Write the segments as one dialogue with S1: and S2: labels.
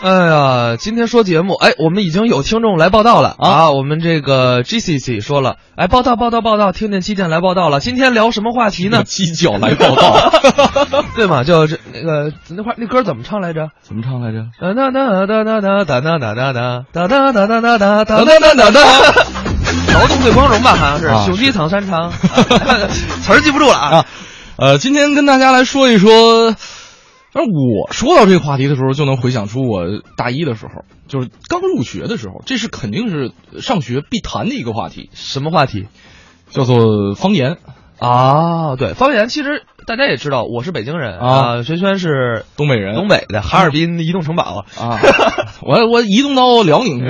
S1: 哎呀，今天说节目，哎，我们已经有听众来报道了
S2: 啊
S1: 啊！我们这个 GCC 说了，哎，报道报道报道，听见基建来报道了。今天聊什么话题呢？
S2: 鸡脚来报道，
S1: 对嘛？就这那个那块那歌怎么唱来着？
S2: 怎么唱来着？
S1: 哒哒哒哒哒哒哒哒哒哒哒哒哒哒哒哒哒哒哒哒哒。劳动最光荣吧，好像是
S2: 啊
S1: 雄鸡躺山长， 词儿记不住了啊
S2: 啊。，呃，今天跟大家来说一说。而我说到这个话题的时候，就能回想出我大一的时候，就是刚入学的时候，这是肯定是上学必谈的一个话题，
S1: 什么话题？
S2: 叫做方言。
S1: 啊，对，方言其实大家也知道，我是北京人
S2: 啊
S1: 啊，轩轩是
S2: 东北人
S1: 东北的哈尔滨移动城堡
S2: 啊，我我移动到辽宁 去。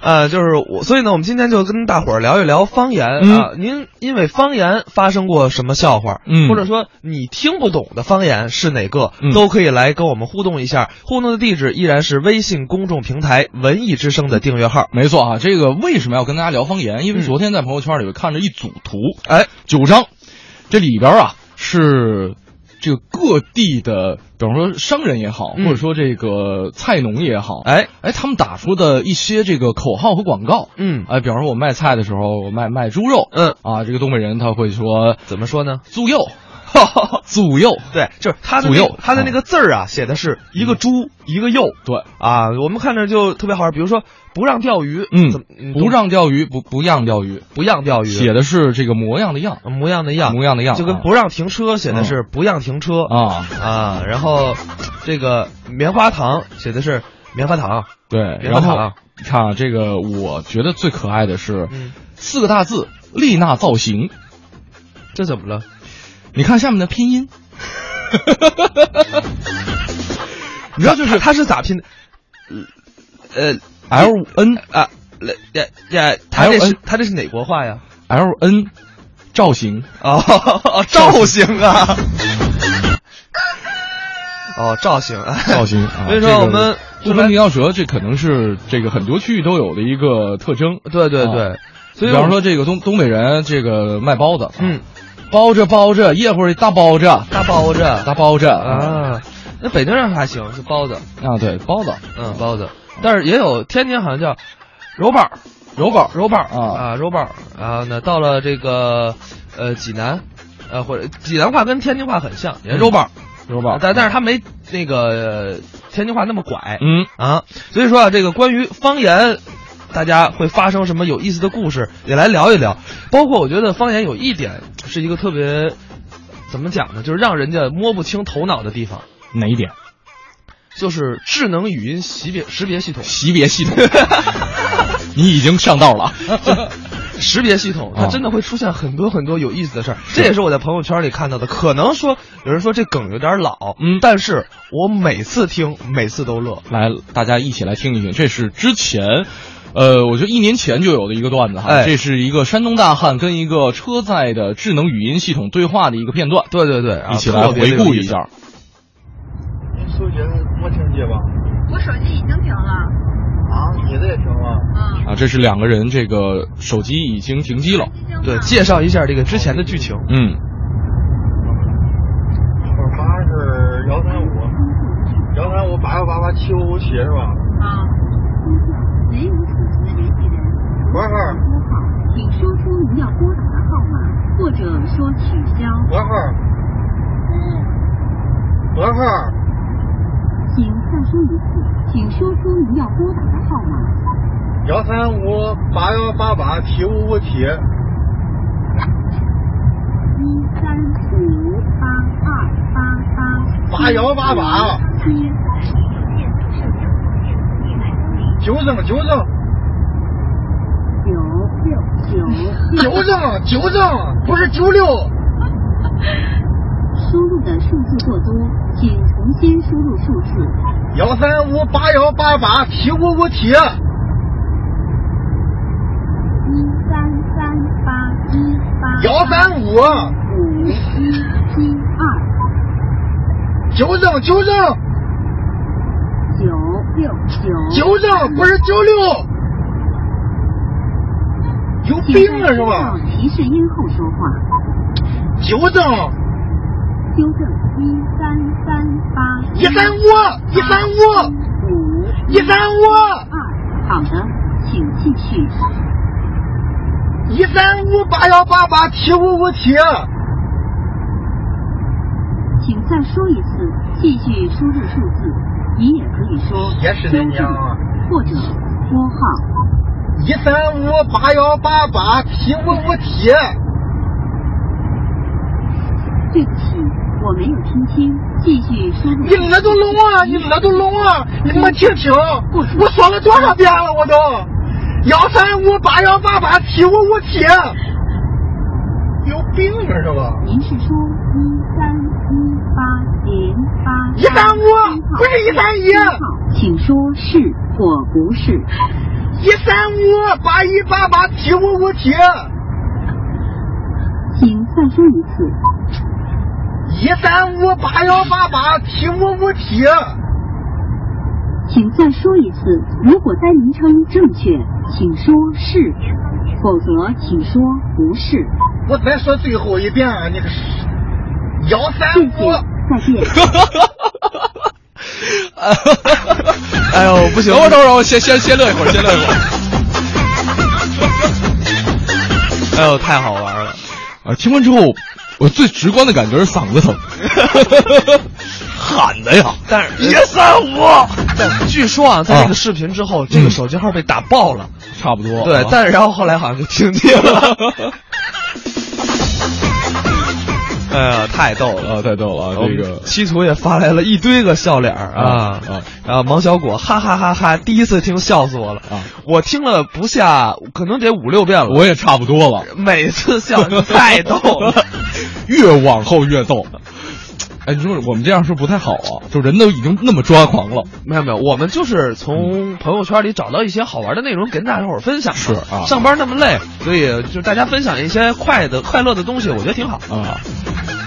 S1: 啊，就是我，所以呢，我们今天就跟大伙儿聊一聊方言
S2: 嗯
S1: 啊。您因为方言发生过什么笑话，
S2: 嗯
S1: 或者说你听不懂的方言是哪个，
S2: 嗯
S1: 都可以来跟我们互动一下。互动的地址依然是微信公众平台“文艺之声”的订阅号。
S2: 没错啊，这个为什么要跟大家聊方言？因为
S1: 嗯
S2: 昨天在朋友圈里看着一组图，
S1: 哎，
S2: 九张，这里边啊是这个各地的，比方说商人也好，
S1: 嗯
S2: 或者说这个菜农也好，
S1: 哎
S2: 哎，他们打出的一些这个口号和广告，
S1: 嗯
S2: 哎，比方说我卖菜的时候，我卖卖猪肉，
S1: 嗯，
S2: 啊，这个东北人他会说
S1: 怎么说呢？
S2: 猪肉， 猪肉，
S1: 对，就是他的
S2: 左
S1: 那
S2: 右
S1: 他的那
S2: 啊嗯
S1: 个字儿啊，写的是一个猪一个右
S2: 对，
S1: 啊，我们看着就特别好玩。比如说不让钓鱼，怎么
S2: 嗯，不
S1: 懂
S2: 让钓鱼，不不让钓鱼，
S1: 不让钓鱼，
S2: 写的是这个模样的样，
S1: 模样的样，
S2: 模样的样，
S1: 就跟
S2: 啊
S1: 不让停车写的是不让停车
S2: 啊，
S1: 啊，然后这个棉花糖写的是棉花糖，
S2: 对，
S1: 棉花
S2: 然后
S1: 糖
S2: 你看啊，这个我觉得最可爱的是、
S1: 嗯
S2: 四个大字“丽娜造型
S1: 这怎么了？”。
S2: 你看下面的拼音，
S1: 你知道就是他是咋拼的？呃
S2: L N
S1: 啊，来呀呀，他这是
S2: LN
S1: 他这是哪国话呀？
S2: L N 造型，
S1: 哦，造型啊， 哦，造型啊，
S2: 造型。啊、
S1: 所以说
S2: 这个
S1: 我们
S2: 不分平翘舌，这可能是这个很多区域都有的一个特征。
S1: 对对对
S2: 啊，
S1: 所以
S2: 比
S1: 我
S2: 方说这个东东北人，这个卖包子，啊
S1: 嗯，
S2: 包着包着，一会儿大包子，
S1: 大包子
S2: 大包子
S1: 啊，那北京人还行，是包子，
S2: 啊，对，包子，
S1: 嗯，包子，但是也有天津好像叫揉包儿
S2: 揉包
S1: 揉包儿
S2: 啊
S1: 啊揉包儿，然后呢到了这个呃济南，呃或者济南话跟天津话很像，也是揉包儿，
S2: 揉嗯包，
S1: 但但是它没那个天津话那么拐
S2: 嗯，
S1: 啊，所以说啊这个关于方言。大家会发生什么有意思的故事，也来聊一聊。包括我觉得方言有一点是一个特别，怎么讲呢，就是让人家摸不清头脑的地方，
S2: 哪一点？
S1: 就是智能语音识别识别系统。
S2: 级别 系统，你已经上道了。
S1: 识别系统，它
S2: 啊
S1: 真的会出现很多很多有意思的事儿，这也是我在朋友圈里看到的。可能说有人说这梗有点老，
S2: 嗯
S1: 但是我每次听，每次都乐。
S2: 来，大家一起来听一听，这是之前。呃，我觉得一年前就有的一个段子哈，
S1: 哎
S2: 这是一个山东大汉跟一个车载的智能语音系统对话的一个片段，
S1: 对对对，啊
S2: 一起来回顾一。
S1: 特别的有意思
S2: 下。
S3: 您手机没听见吧？
S4: 我手机已经停了。
S3: 啊，你的也停了。
S4: 嗯，
S2: 啊，这是两个人，这个手机已经停机了。
S1: 对，介绍一下这个之前的剧情。
S2: 嗯，
S3: 号码是幺三五，幺三五八幺八八七五五七是吧？
S4: 啊。您所属的联系人
S3: 不是，
S4: 拨号，请说出您要拨打的号码，或者说取消。
S3: 拨号，
S4: 嗯
S3: 拨号，
S4: 请再说一次，请说出您要拨打的号码。
S3: 幺三五八幺八八七五五七。
S4: 一三四五八二八八。
S3: 8188
S4: 七。
S3: 纠正纠正
S4: 九六九六。
S3: 纠正纠正，不是九六。
S4: 输入的数字过多，请重新输入数字。
S3: 幺三五八幺八八七五五七。
S4: 一三三八一八
S3: 幺三五，
S4: 五一七二
S3: 纠正纠正
S4: 九六九
S3: 纠正，不是九六。有病啊是吧？
S4: 提示音后说话。
S3: 纠正
S4: 纠正一三三八
S3: 啊一三五一三五
S4: 五、
S5: 一三五
S4: 二，好的，请继续。
S5: 一三五八幺八八七五五七。
S4: 请再说一次，继续输入数字。你也可以说
S3: 也是那
S4: 纠正
S3: 样啊
S4: 或者拨号。
S5: 一三五八幺八八七五五七，
S4: 对不起，我没有听清，继续输入。
S5: 你耳朵聋啊！你耳朵聋啊！你没听清？我说了多少遍了？我都幺三五八幺八八七五五七。啊
S3: 有病吧这吧？
S4: 您是说一三一八零八
S5: 一三五不是一三一啊
S4: 请说是或不是。
S5: 一三五八一八八七五五七，
S4: 请再说一次，
S5: 一三五八幺八八七五五七，
S4: 请再说一次。如果单名称正确，请说是；否则请说不是。
S5: 我再说最后一遍，啊，你个幺三
S4: 谢
S5: 五
S4: 谢，再见。
S2: 哎呦，不行！等会儿，等会儿，我先先先乐一会儿，先乐一会儿。
S1: 哎呦，太好玩 了！
S2: 啊，听完之后，我最直观的感觉是嗓子疼，喊的呀！
S1: 但是
S2: 一三五，
S1: 但据说啊，嗯在这个视频之后，这个手机号被打爆了。
S2: 差不多。
S1: 对
S2: 啊，
S1: 但是然后后来好像就停机了。哎呀，太逗了！
S2: 啊，太逗了啊，
S1: 哦
S2: 这个
S1: 七图也发来了一堆个笑脸儿啊
S2: 啊啊
S1: 然后毛小果哈哈哈哈，第一次听笑死我了
S2: 啊！
S1: 我听了不下，可能得五六遍了。
S2: 我也差不多了，
S1: 每次笑太逗了。，
S2: 越往后越逗。哎，你说我们这样是不是不太好啊？就人都已经那么抓狂了，
S1: 没有没有，我们就是从朋友圈里找到一些好玩的内容跟大家伙儿分享嘛。
S2: 是啊
S1: 上班那么累，所以就是大家分享一些快的快乐的东西，我觉得挺好。
S2: 啊，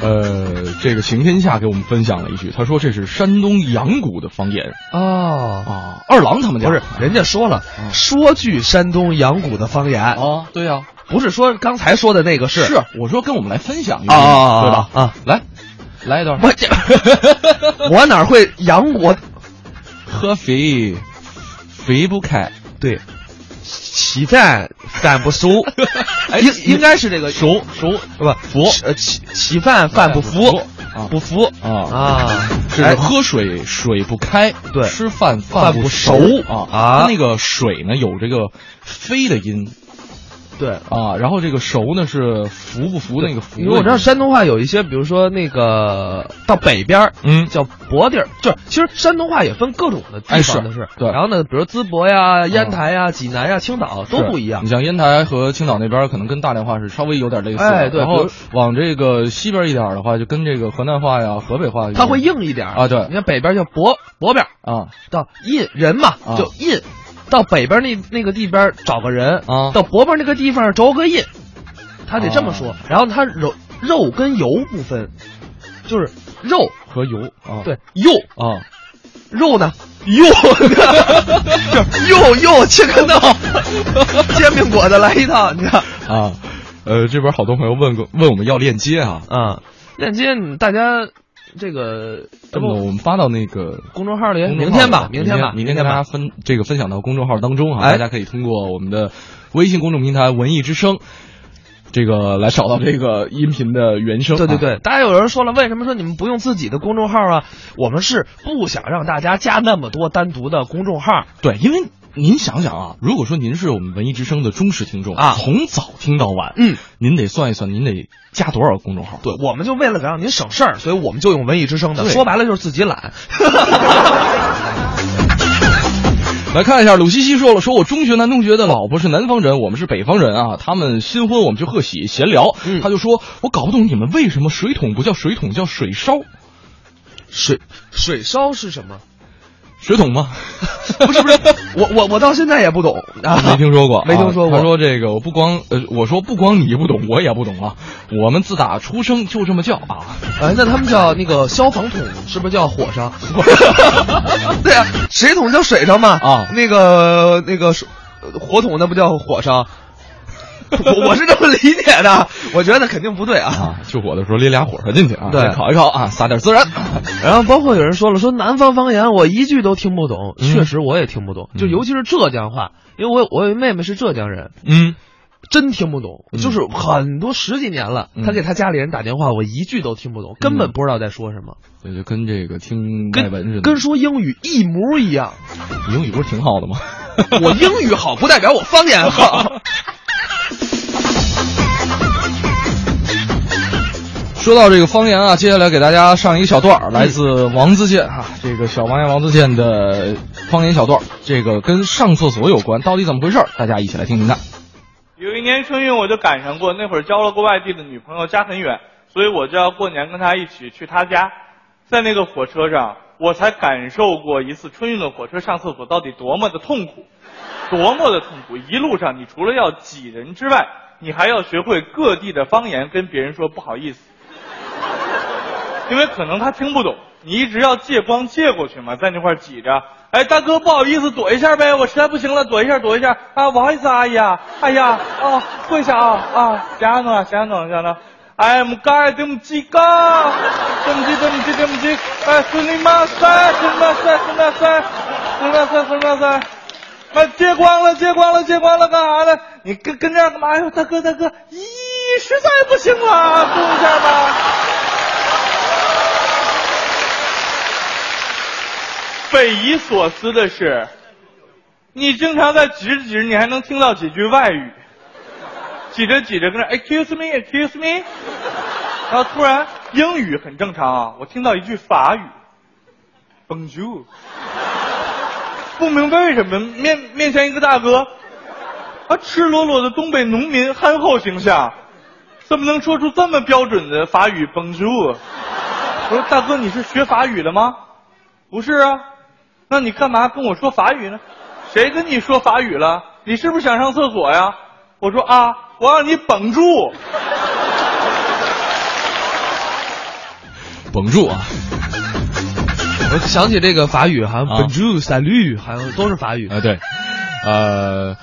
S2: 呃，这个晴天下给我们分享了一句，他说这是山东阳谷的方言
S1: 哦
S2: 啊，二郎他们家
S1: 不是，人家说了，说句山东阳谷的方言，
S2: 啊，对呀、
S1: 不是说刚才说的那哦个是。
S2: 是，我说跟我们来分享一
S1: 啊
S2: 下，
S1: 啊啊
S2: 对吧？
S1: 啊
S2: 来，来一段，
S1: 我 这，我哪会阳谷？
S2: 合肥肥不开，
S1: 对，起饭饭不熟，
S2: 哎
S1: 应应该是这个
S2: 熟熟
S1: 不
S2: 服
S1: 呃起起饭饭不服
S2: 饭不服啊
S1: 不服
S2: 啊
S1: 啊，
S2: 是
S1: 哎
S2: 喝水水不开，
S1: 对
S2: 吃饭
S1: 饭
S2: 不
S1: 不
S2: 熟
S1: 熟
S2: 啊
S1: 啊
S2: 它那个水呢有这个飞的音
S1: 对。
S2: 啊，然后这个熟呢是服不服那个服的
S1: 因
S2: 音，
S1: 为我知道山东话有一些，比如说那个到北边儿
S2: 嗯
S1: 叫博地儿，就是其实山东话也分各种的地
S2: 哎是
S1: 方的是，
S2: 对啊
S1: 然后呢，比如淄博呀、烟台呀、济南呀、青岛都
S2: 是
S1: 不一样
S2: 你。像烟台和青岛那边，可能跟大连话是稍微有点类似的，
S1: 哎对
S2: 然
S1: 比
S2: 后
S1: 如
S2: 往这个西边一点的话，就跟这个河南话呀、河北话有，
S1: 它会硬一点儿
S2: 嗯啊对
S1: 你看北边叫博博边儿，
S2: 啊，
S1: 到印人嘛
S2: 啊
S1: 就印，到北边那那个地边找个人
S2: 啊
S1: 到博边那个地方找个印，他得这么说
S2: 啊。
S1: 然后他肉肉跟油不分，就是肉
S2: 和油啊，
S1: 对肉
S2: 啊，
S1: 肉呢肉 呢肉肉切克闹煎饼果子来一套，你看
S2: 啊，呃，这边好多朋友问过问我们要链接啊，
S1: 啊，链接你大家这个这
S2: 这么
S1: 不
S2: 我们发到那个
S1: 公众号里，
S2: 公
S1: 哎
S2: 众号
S1: 明天吧，
S2: 明
S1: 天吧，
S2: 明
S1: 天
S2: 跟大家
S1: 吧。
S2: 分这个分享到公众号当中啊，
S1: 哎
S2: 大家可以通过我们的微信公众平台“文艺之声”这个来找到这个音频的原声啊。
S1: 对对对，大家有人说了，为什么说你们不用自己的公众号啊？我们是不想让大家加那么多单独的公众号。
S2: 对，因为您想想啊，如果说您是我们文艺之声的忠实听众
S1: 啊
S2: 从早听到晚，
S1: 嗯，
S2: 您得算一算，您得加多少公众号？
S1: 对，我们就为了让您省事儿，所以我们就用文艺之声的。
S2: 对
S1: 说白了就是自己懒。
S2: 来看一下，鲁西西说了，说我中学男同学的老婆是南方人，我们是北方人啊。他们新婚，我们去贺喜闲聊，
S1: 嗯
S2: 他就说，我搞不懂你们为什么水桶不叫水桶，叫水烧，
S1: 水水烧是什么？
S2: 水桶吗？
S1: 不是不是，我我我到现在也不懂啊，
S2: 没听说过，
S1: 没听说过。
S2: 啊他说这个，我不光呃，我说不光你不懂，我也不懂啊。我们自打出生就这么叫啊。
S1: 哎，那他们叫那个消防桶，是不是叫火 烧？ 对啊，水桶叫水烧嘛。
S2: 啊
S1: 那个那个水火桶那不叫火烧， 我我是这么理解的，我觉得肯定不对啊。
S2: 啊，去火的时候拎俩火烧进去啊，
S1: 对
S2: 先烤一烤啊，撒点孜然。
S1: 然后包括有人说了，说南方方言我一句都听不懂，
S2: 嗯
S1: 确实我也听不懂，就尤其是浙江话，因为我有我有一妹妹是浙江人，
S2: 嗯，
S1: 真听不懂，就是很多十几年了，
S2: 嗯
S1: 她给她家里人打电话，我一句都听不懂，根本不知道在说什么，
S2: 对，就跟这个听外文似的。
S1: 跟跟说英语一模一 样。
S2: 英语不是挺好的吗？
S1: 我英语好不代表我方言好。
S2: 说到这个方言啊，接下来给大家上一个小段儿，来自王自健哈、这个小王爷王自健的方言小段儿，这个跟上厕所有关，到底怎么回事儿？大家一起来听听看。
S6: 有一年春运我就赶上过，那会儿交了个外地的女朋友，家很远，所以我就要过年跟她一起去她家。在那个火车上，我才感受过一次春运的火车上厕所到底多么的痛苦，多么的痛苦！一路上你除了要挤人之外，你还要学会各地的方言，跟别人说不好意思，因为可能他听不懂，你一直要借光借过去嘛，在那块儿挤着。哎，大哥，不好意思，躲一下呗，我实在不行了，躲一下，躲一下。啊，不好意思，阿姨啊，哎呀，哦，跪下啊啊，下诺下诺下诺。哎，木盖对不起哥，对不起对不起对不起，哎，すみません，すみません，すみません，すみません，すみません。啊，借光了，借光了，借光了，干啥呢？你跟跟这儿干嘛哎呀？大哥，大哥，咦，实在不行了，动一下吧。匪夷所思的是，你经常在挤着挤着，你还能听到几句外语。挤着挤着跟那 excuse me，excuse me，然后突然英语很正常啊，我听到一句法语，bonjour。不明白为什么面面前一个大哥，啊，赤裸裸的东北农民憨厚形象，怎么能说出这么标准的法语 Bonjour？我说大哥，你是学法语的吗？不是啊，那你干嘛跟我说法语呢？谁跟你说法语了？你是不是想上厕所呀？我说啊，我让你绷住。
S2: 绷住啊！
S1: 我想起这个法语，好像
S2: 啊
S1: bonjour、salut，好像都是法语。
S2: 啊，对，呃，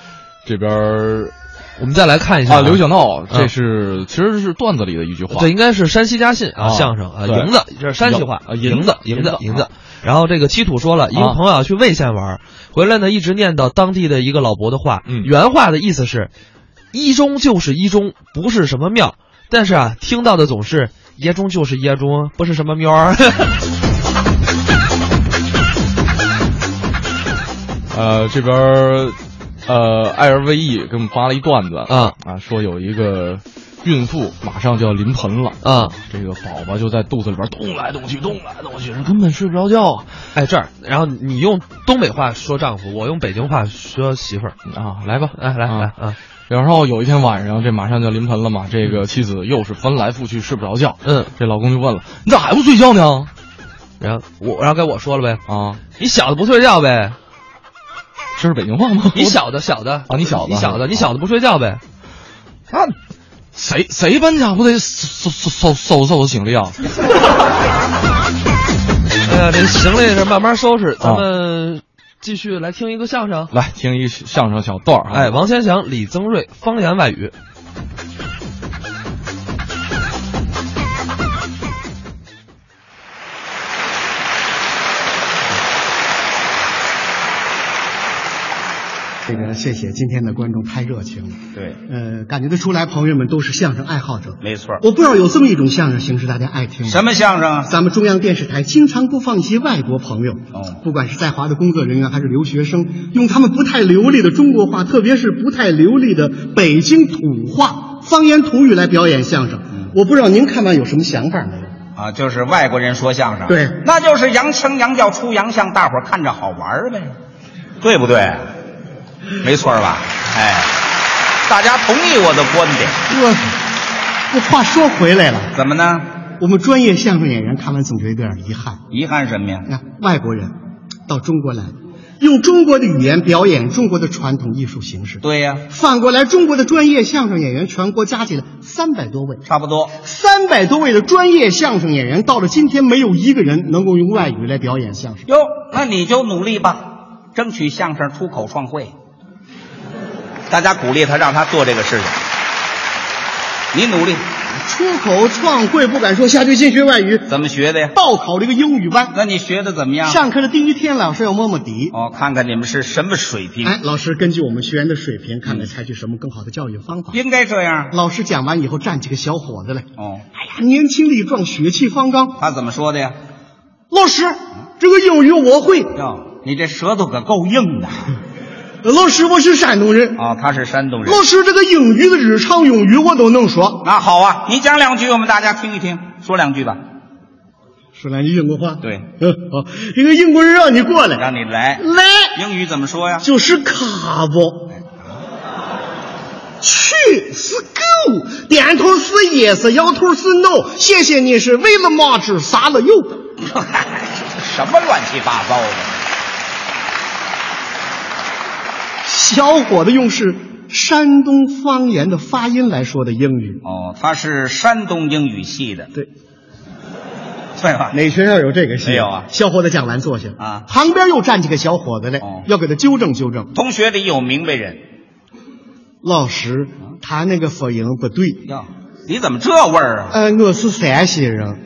S2: 这边儿
S1: 我们再来看一下
S2: 啊，刘小闹，这
S1: 嗯
S2: 是、其实是段子里的一句话。
S1: 这应该是山西嘉信
S2: 啊
S1: 啊，相声啊，
S2: 对
S1: 营子，这是山西话
S2: 啊营
S1: 营
S2: 子
S1: 子，营子，
S2: 营
S1: 营
S2: 子
S1: 子。然后这个七土说了，一个
S2: 啊
S1: 朋友要去魏县玩，回来呢一直念叨当地的一个老伯的话，
S2: 嗯
S1: 原话的意思是，一中就是一中，不是什么庙，但是啊，听到的总是爷中就是爷中，不是什么喵儿。
S2: 呃，这边儿呃艾尔 V E 给我们发了一段子
S1: 啊
S2: 啊，说有一个孕妇马上就要临盆了，
S1: 啊，
S2: 这个宝宝就在肚子里边动来动去，动来动去，人根本睡不着觉啊
S1: 哎，这儿，然后你用东北话说丈夫，我用北京话说媳妇儿。
S2: 啊！来吧，
S1: 哎，来
S2: 啊
S1: 来啊，
S2: 然后有一天晚上，这马上就临盆了嘛，这个妻子又是翻来覆去睡不着觉，
S1: 嗯，
S2: 这老公就问了：“你咋还不睡觉呢
S1: 然后我，然后该我说了呗？”，
S2: 啊，
S1: 你小子不睡觉呗？
S2: 这是北京话吗？
S1: 你小子小子啊
S2: 你小子
S1: 你小子，你小子不睡觉呗？
S2: 那谁谁搬家不得收收收收收拾行李啊？
S1: 哎呀，这行李是慢慢收拾，咱们继续来听一个相声。
S2: 来听一相声小段儿啊，
S1: 哎，王先祥、李增瑞，方言外语。
S7: 这个谢谢今天的观众太热情了，
S8: 对，
S7: 呃，感觉得出来，朋友们都是相声爱好者。
S8: 没错儿。
S7: 我不知道有这么一种相声形式，大家爱听吗
S8: 什？么相声啊？
S7: 咱们中央电视台经常播放一些外国朋友，
S8: 哦
S7: 不管是在华的工作人员还是留学生，用他们不太流利的中国话，特别是不太流利的北京土话、方言土语来表演相声。
S8: 嗯
S7: 我不知道您看完有什么想法没有？
S8: 啊，就是外国人说相声。
S7: 对
S8: 那就是洋腔洋调出洋相，大伙儿看着好玩儿呗，对不对？没错儿吧？哎，大家同意我的观点，
S7: 我，我话说回来了，
S8: 怎么呢？
S7: 我们专业相声演员看完总觉得有点遗憾。
S8: 遗憾什么呀？
S7: 那外国人到中国来，用中国的语言表演中国的传统艺术形式。
S8: 对呀、
S7: 反过来，中国的专业相声演员全国加起来三百多位，
S8: 差不多。
S7: 三百多位的专业相声演员，到了今天，没有一个人能够用外语来表演相声。
S8: 哟，那你就努力吧，争取相声出口创汇。大家鼓励他，让他做这个事情。你努力，
S7: 出口创汇不敢说，下决心学外语，
S8: 怎么学的呀？
S7: 报考了一个英语班。
S8: 那你学的怎么样？
S7: 上课的第一天，老师要摸摸底。
S8: 哦，看看你们是什么水平。
S7: 哎，老师根据我们学员的水平，看看采取什么更好的教育方法。
S8: 应该这样。
S7: 老师讲完以后，站起个小伙子来，
S8: 哦，
S7: 哎呀，年轻力壮，血气方刚。
S8: 他怎么说的呀？啊
S7: 老师，这个英语我会。
S8: 哟，你这舌头可够硬的。
S7: 老师，我是山东人。
S8: 哦，他是山东人。
S7: 老师，这个英语的日常用语我都能说。
S8: 那好啊，你讲两句，我们大家听一听，说两句吧。
S7: 说两句英国话。
S8: 对哎
S7: 嗯，好，这个英国人让你过来，
S8: 让你来，
S7: 来
S8: 英语怎么说呀？
S7: 就是卡不。去是 go，点头是 yes，摇头是 no。谢谢你是为了嘛子啥了又。
S8: 什么乱七八糟的？
S7: 小伙子用是山东方言的发音来说的英语。
S8: 哦，他是山东英语系的，
S7: 对，
S8: 对 吧？
S7: 哪学校有这个戏？
S8: 没有啊
S7: 小伙子讲完坐下
S8: 啊
S7: 旁边又站起个小伙子来，
S8: 哦
S7: 要给他纠正纠正。
S8: 同学里有明白人
S7: 老师，
S8: 嗯
S7: 他那个发音不对。
S8: 哟，你怎么这味儿啊？
S7: 呃，我是山西人，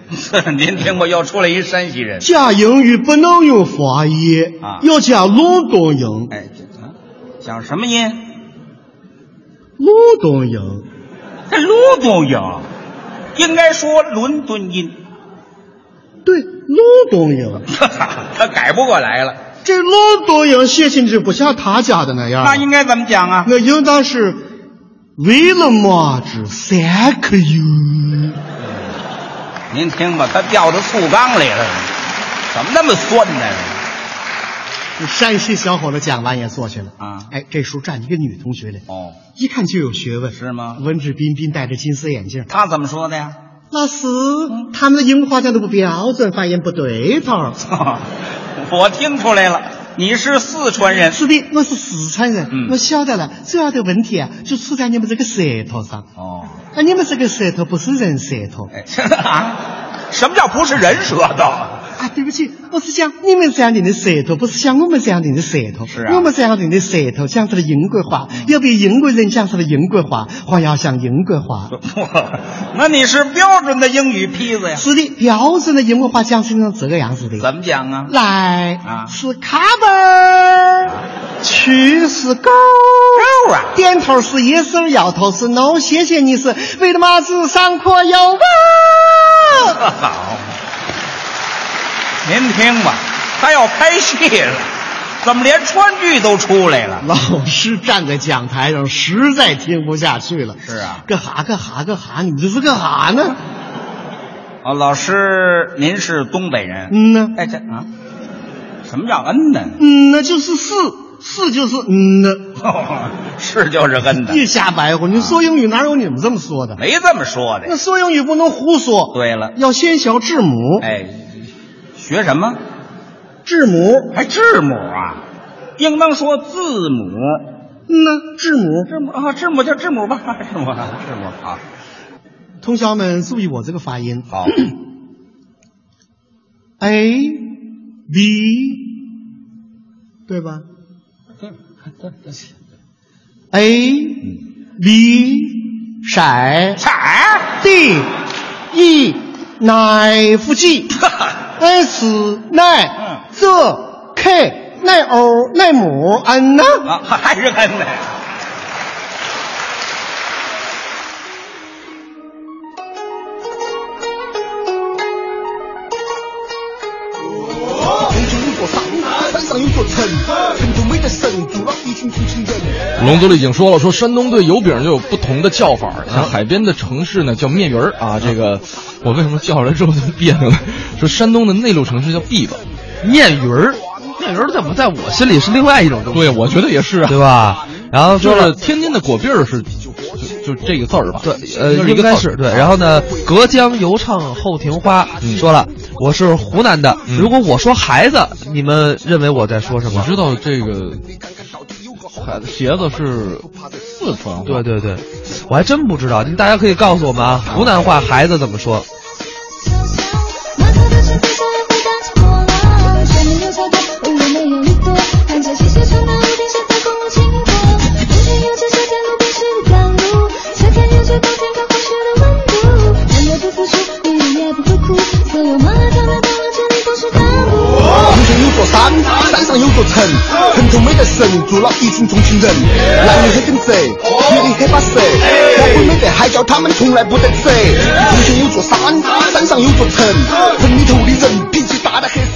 S8: 您听过又出来一山西人？
S7: 讲英语不能用方言
S8: 啊
S7: 要讲鲁东音。
S8: 哎，这啊讲什么音？
S7: 鲁东音，
S8: 这鲁东音，应该说伦敦音。
S7: 对，鲁东音。
S8: 他改不过来了，
S7: 这鲁东音写进去不像他家的那样。
S8: 那应该怎么讲啊？
S7: 我应当是为了嘛子三克油。
S8: 您听吧，他掉到醋缸里了，怎么那么酸呢？
S7: 山西小伙子讲完也坐下了
S8: 啊
S7: 哎，这时候站一个女同学来，
S8: 哦，
S7: 一看就有学问，
S8: 是吗
S7: 文质彬彬，戴着金丝眼镜。
S8: 他怎么说的呀？
S7: 老师，他们的樱花讲的不标准，发音不对头儿。
S8: 我听出来了，你是四川人。
S7: 是的，我是四川人，
S8: 嗯
S7: 我晓得了，主要的问题啊，就出在你们这个舌头上。
S8: 哦，
S7: 啊，你们这个舌头不是人舌头
S8: 哎，啊，什么叫不是人舌头？
S7: 啊！对不起，我是讲你们这样的的舌头，不是像我们这样的的舌头。
S8: 是啊嗯
S7: 我们这样的的舌头讲出了英国话，要比英国人讲出了英国话，还要像英国话。
S8: 那你是标准的英语坯子呀？
S7: 是的，标准的英国话讲是成这个样子的。
S8: 怎么讲啊？
S7: 来，
S8: 啊
S7: 是卡本儿，去是狗儿，
S8: 肉啊！
S7: 点头是 yes，摇头是 no。谢谢你是为了嘛子上课要问。
S8: 好，您听吧，他要拍戏了，怎么连川剧都出来了？
S7: 老师站在讲台上，实在听不下去了。
S8: 是啊
S7: 干哈干哈干哈？你们这是干哈呢？
S8: 哦，老师，您是东北人？
S7: 嗯呢，
S8: 哎，这啊，什么叫嗯呢？
S7: 嗯呢，就是是是就是嗯呢，
S8: 是就是嗯的，
S7: 一瞎白活。你说英语哪有你们这么说的？
S8: 没这么说
S7: 那
S8: 的。
S7: 说英语不能胡说。
S8: 对了
S7: 要先晓字母。
S8: 哎，学什么？
S7: 字母，
S8: 还字母啊？应当说字母。
S7: 嗯呢，字母。
S8: 字母啊，字母叫字母吧， 字母，字母 啊。
S7: 同学们注意我这个发音
S8: 好，
S7: ，a b，对 吧？a 哎
S8: 嗯
S7: b 色
S8: 彩
S7: d e 奶夫 记 s
S8: 嗯
S7: 奶这 k 奈欧奈姆安呢？
S8: 啊，还是嗯呢。
S2: 龙族里已经说了，说山东对油饼就有不同的叫法，像海边的城市呢叫面鱼儿啊，这个我为什么叫出来之后就别扭了？说山东的内陆城市叫篦子，
S1: 面鱼儿，面鱼儿在不在我心里是另外一种东西，
S2: 对，我觉得也是啊，
S1: 对吧？然后
S2: 就
S1: 说
S2: 是
S1: 了。
S2: 天津的果篦儿是就就就这个字儿吧？
S1: 对，呃，
S2: 那一
S1: 应
S2: 个字儿
S1: 该是对。然后呢，隔江犹唱后庭花，说了我是湖南的。
S2: 嗯
S1: 如果我说孩子，你们认为我在说什
S2: 我
S1: 么？
S2: 知道这个孩子鞋子是四川话，
S1: 对对对，我还真不知道，大家可以告诉我们啊，湖南话孩子怎么说？
S9: 马头的船飞下来，回荡起波浪。山面有草地，无人没有一朵。看着细细长发，屋顶上在公路经过。春天有着夏天路边是的甘露，夏天有着冬天刚过去的
S7: 反彈，身上有座塵，貧窮美的神阻撓異性同情人，男女黑跟賊，女人黑怕誰？老鬼沒得海角，他們從來不得罪。從前有座山，山上有座城，城裡頭的人脾氣大得很。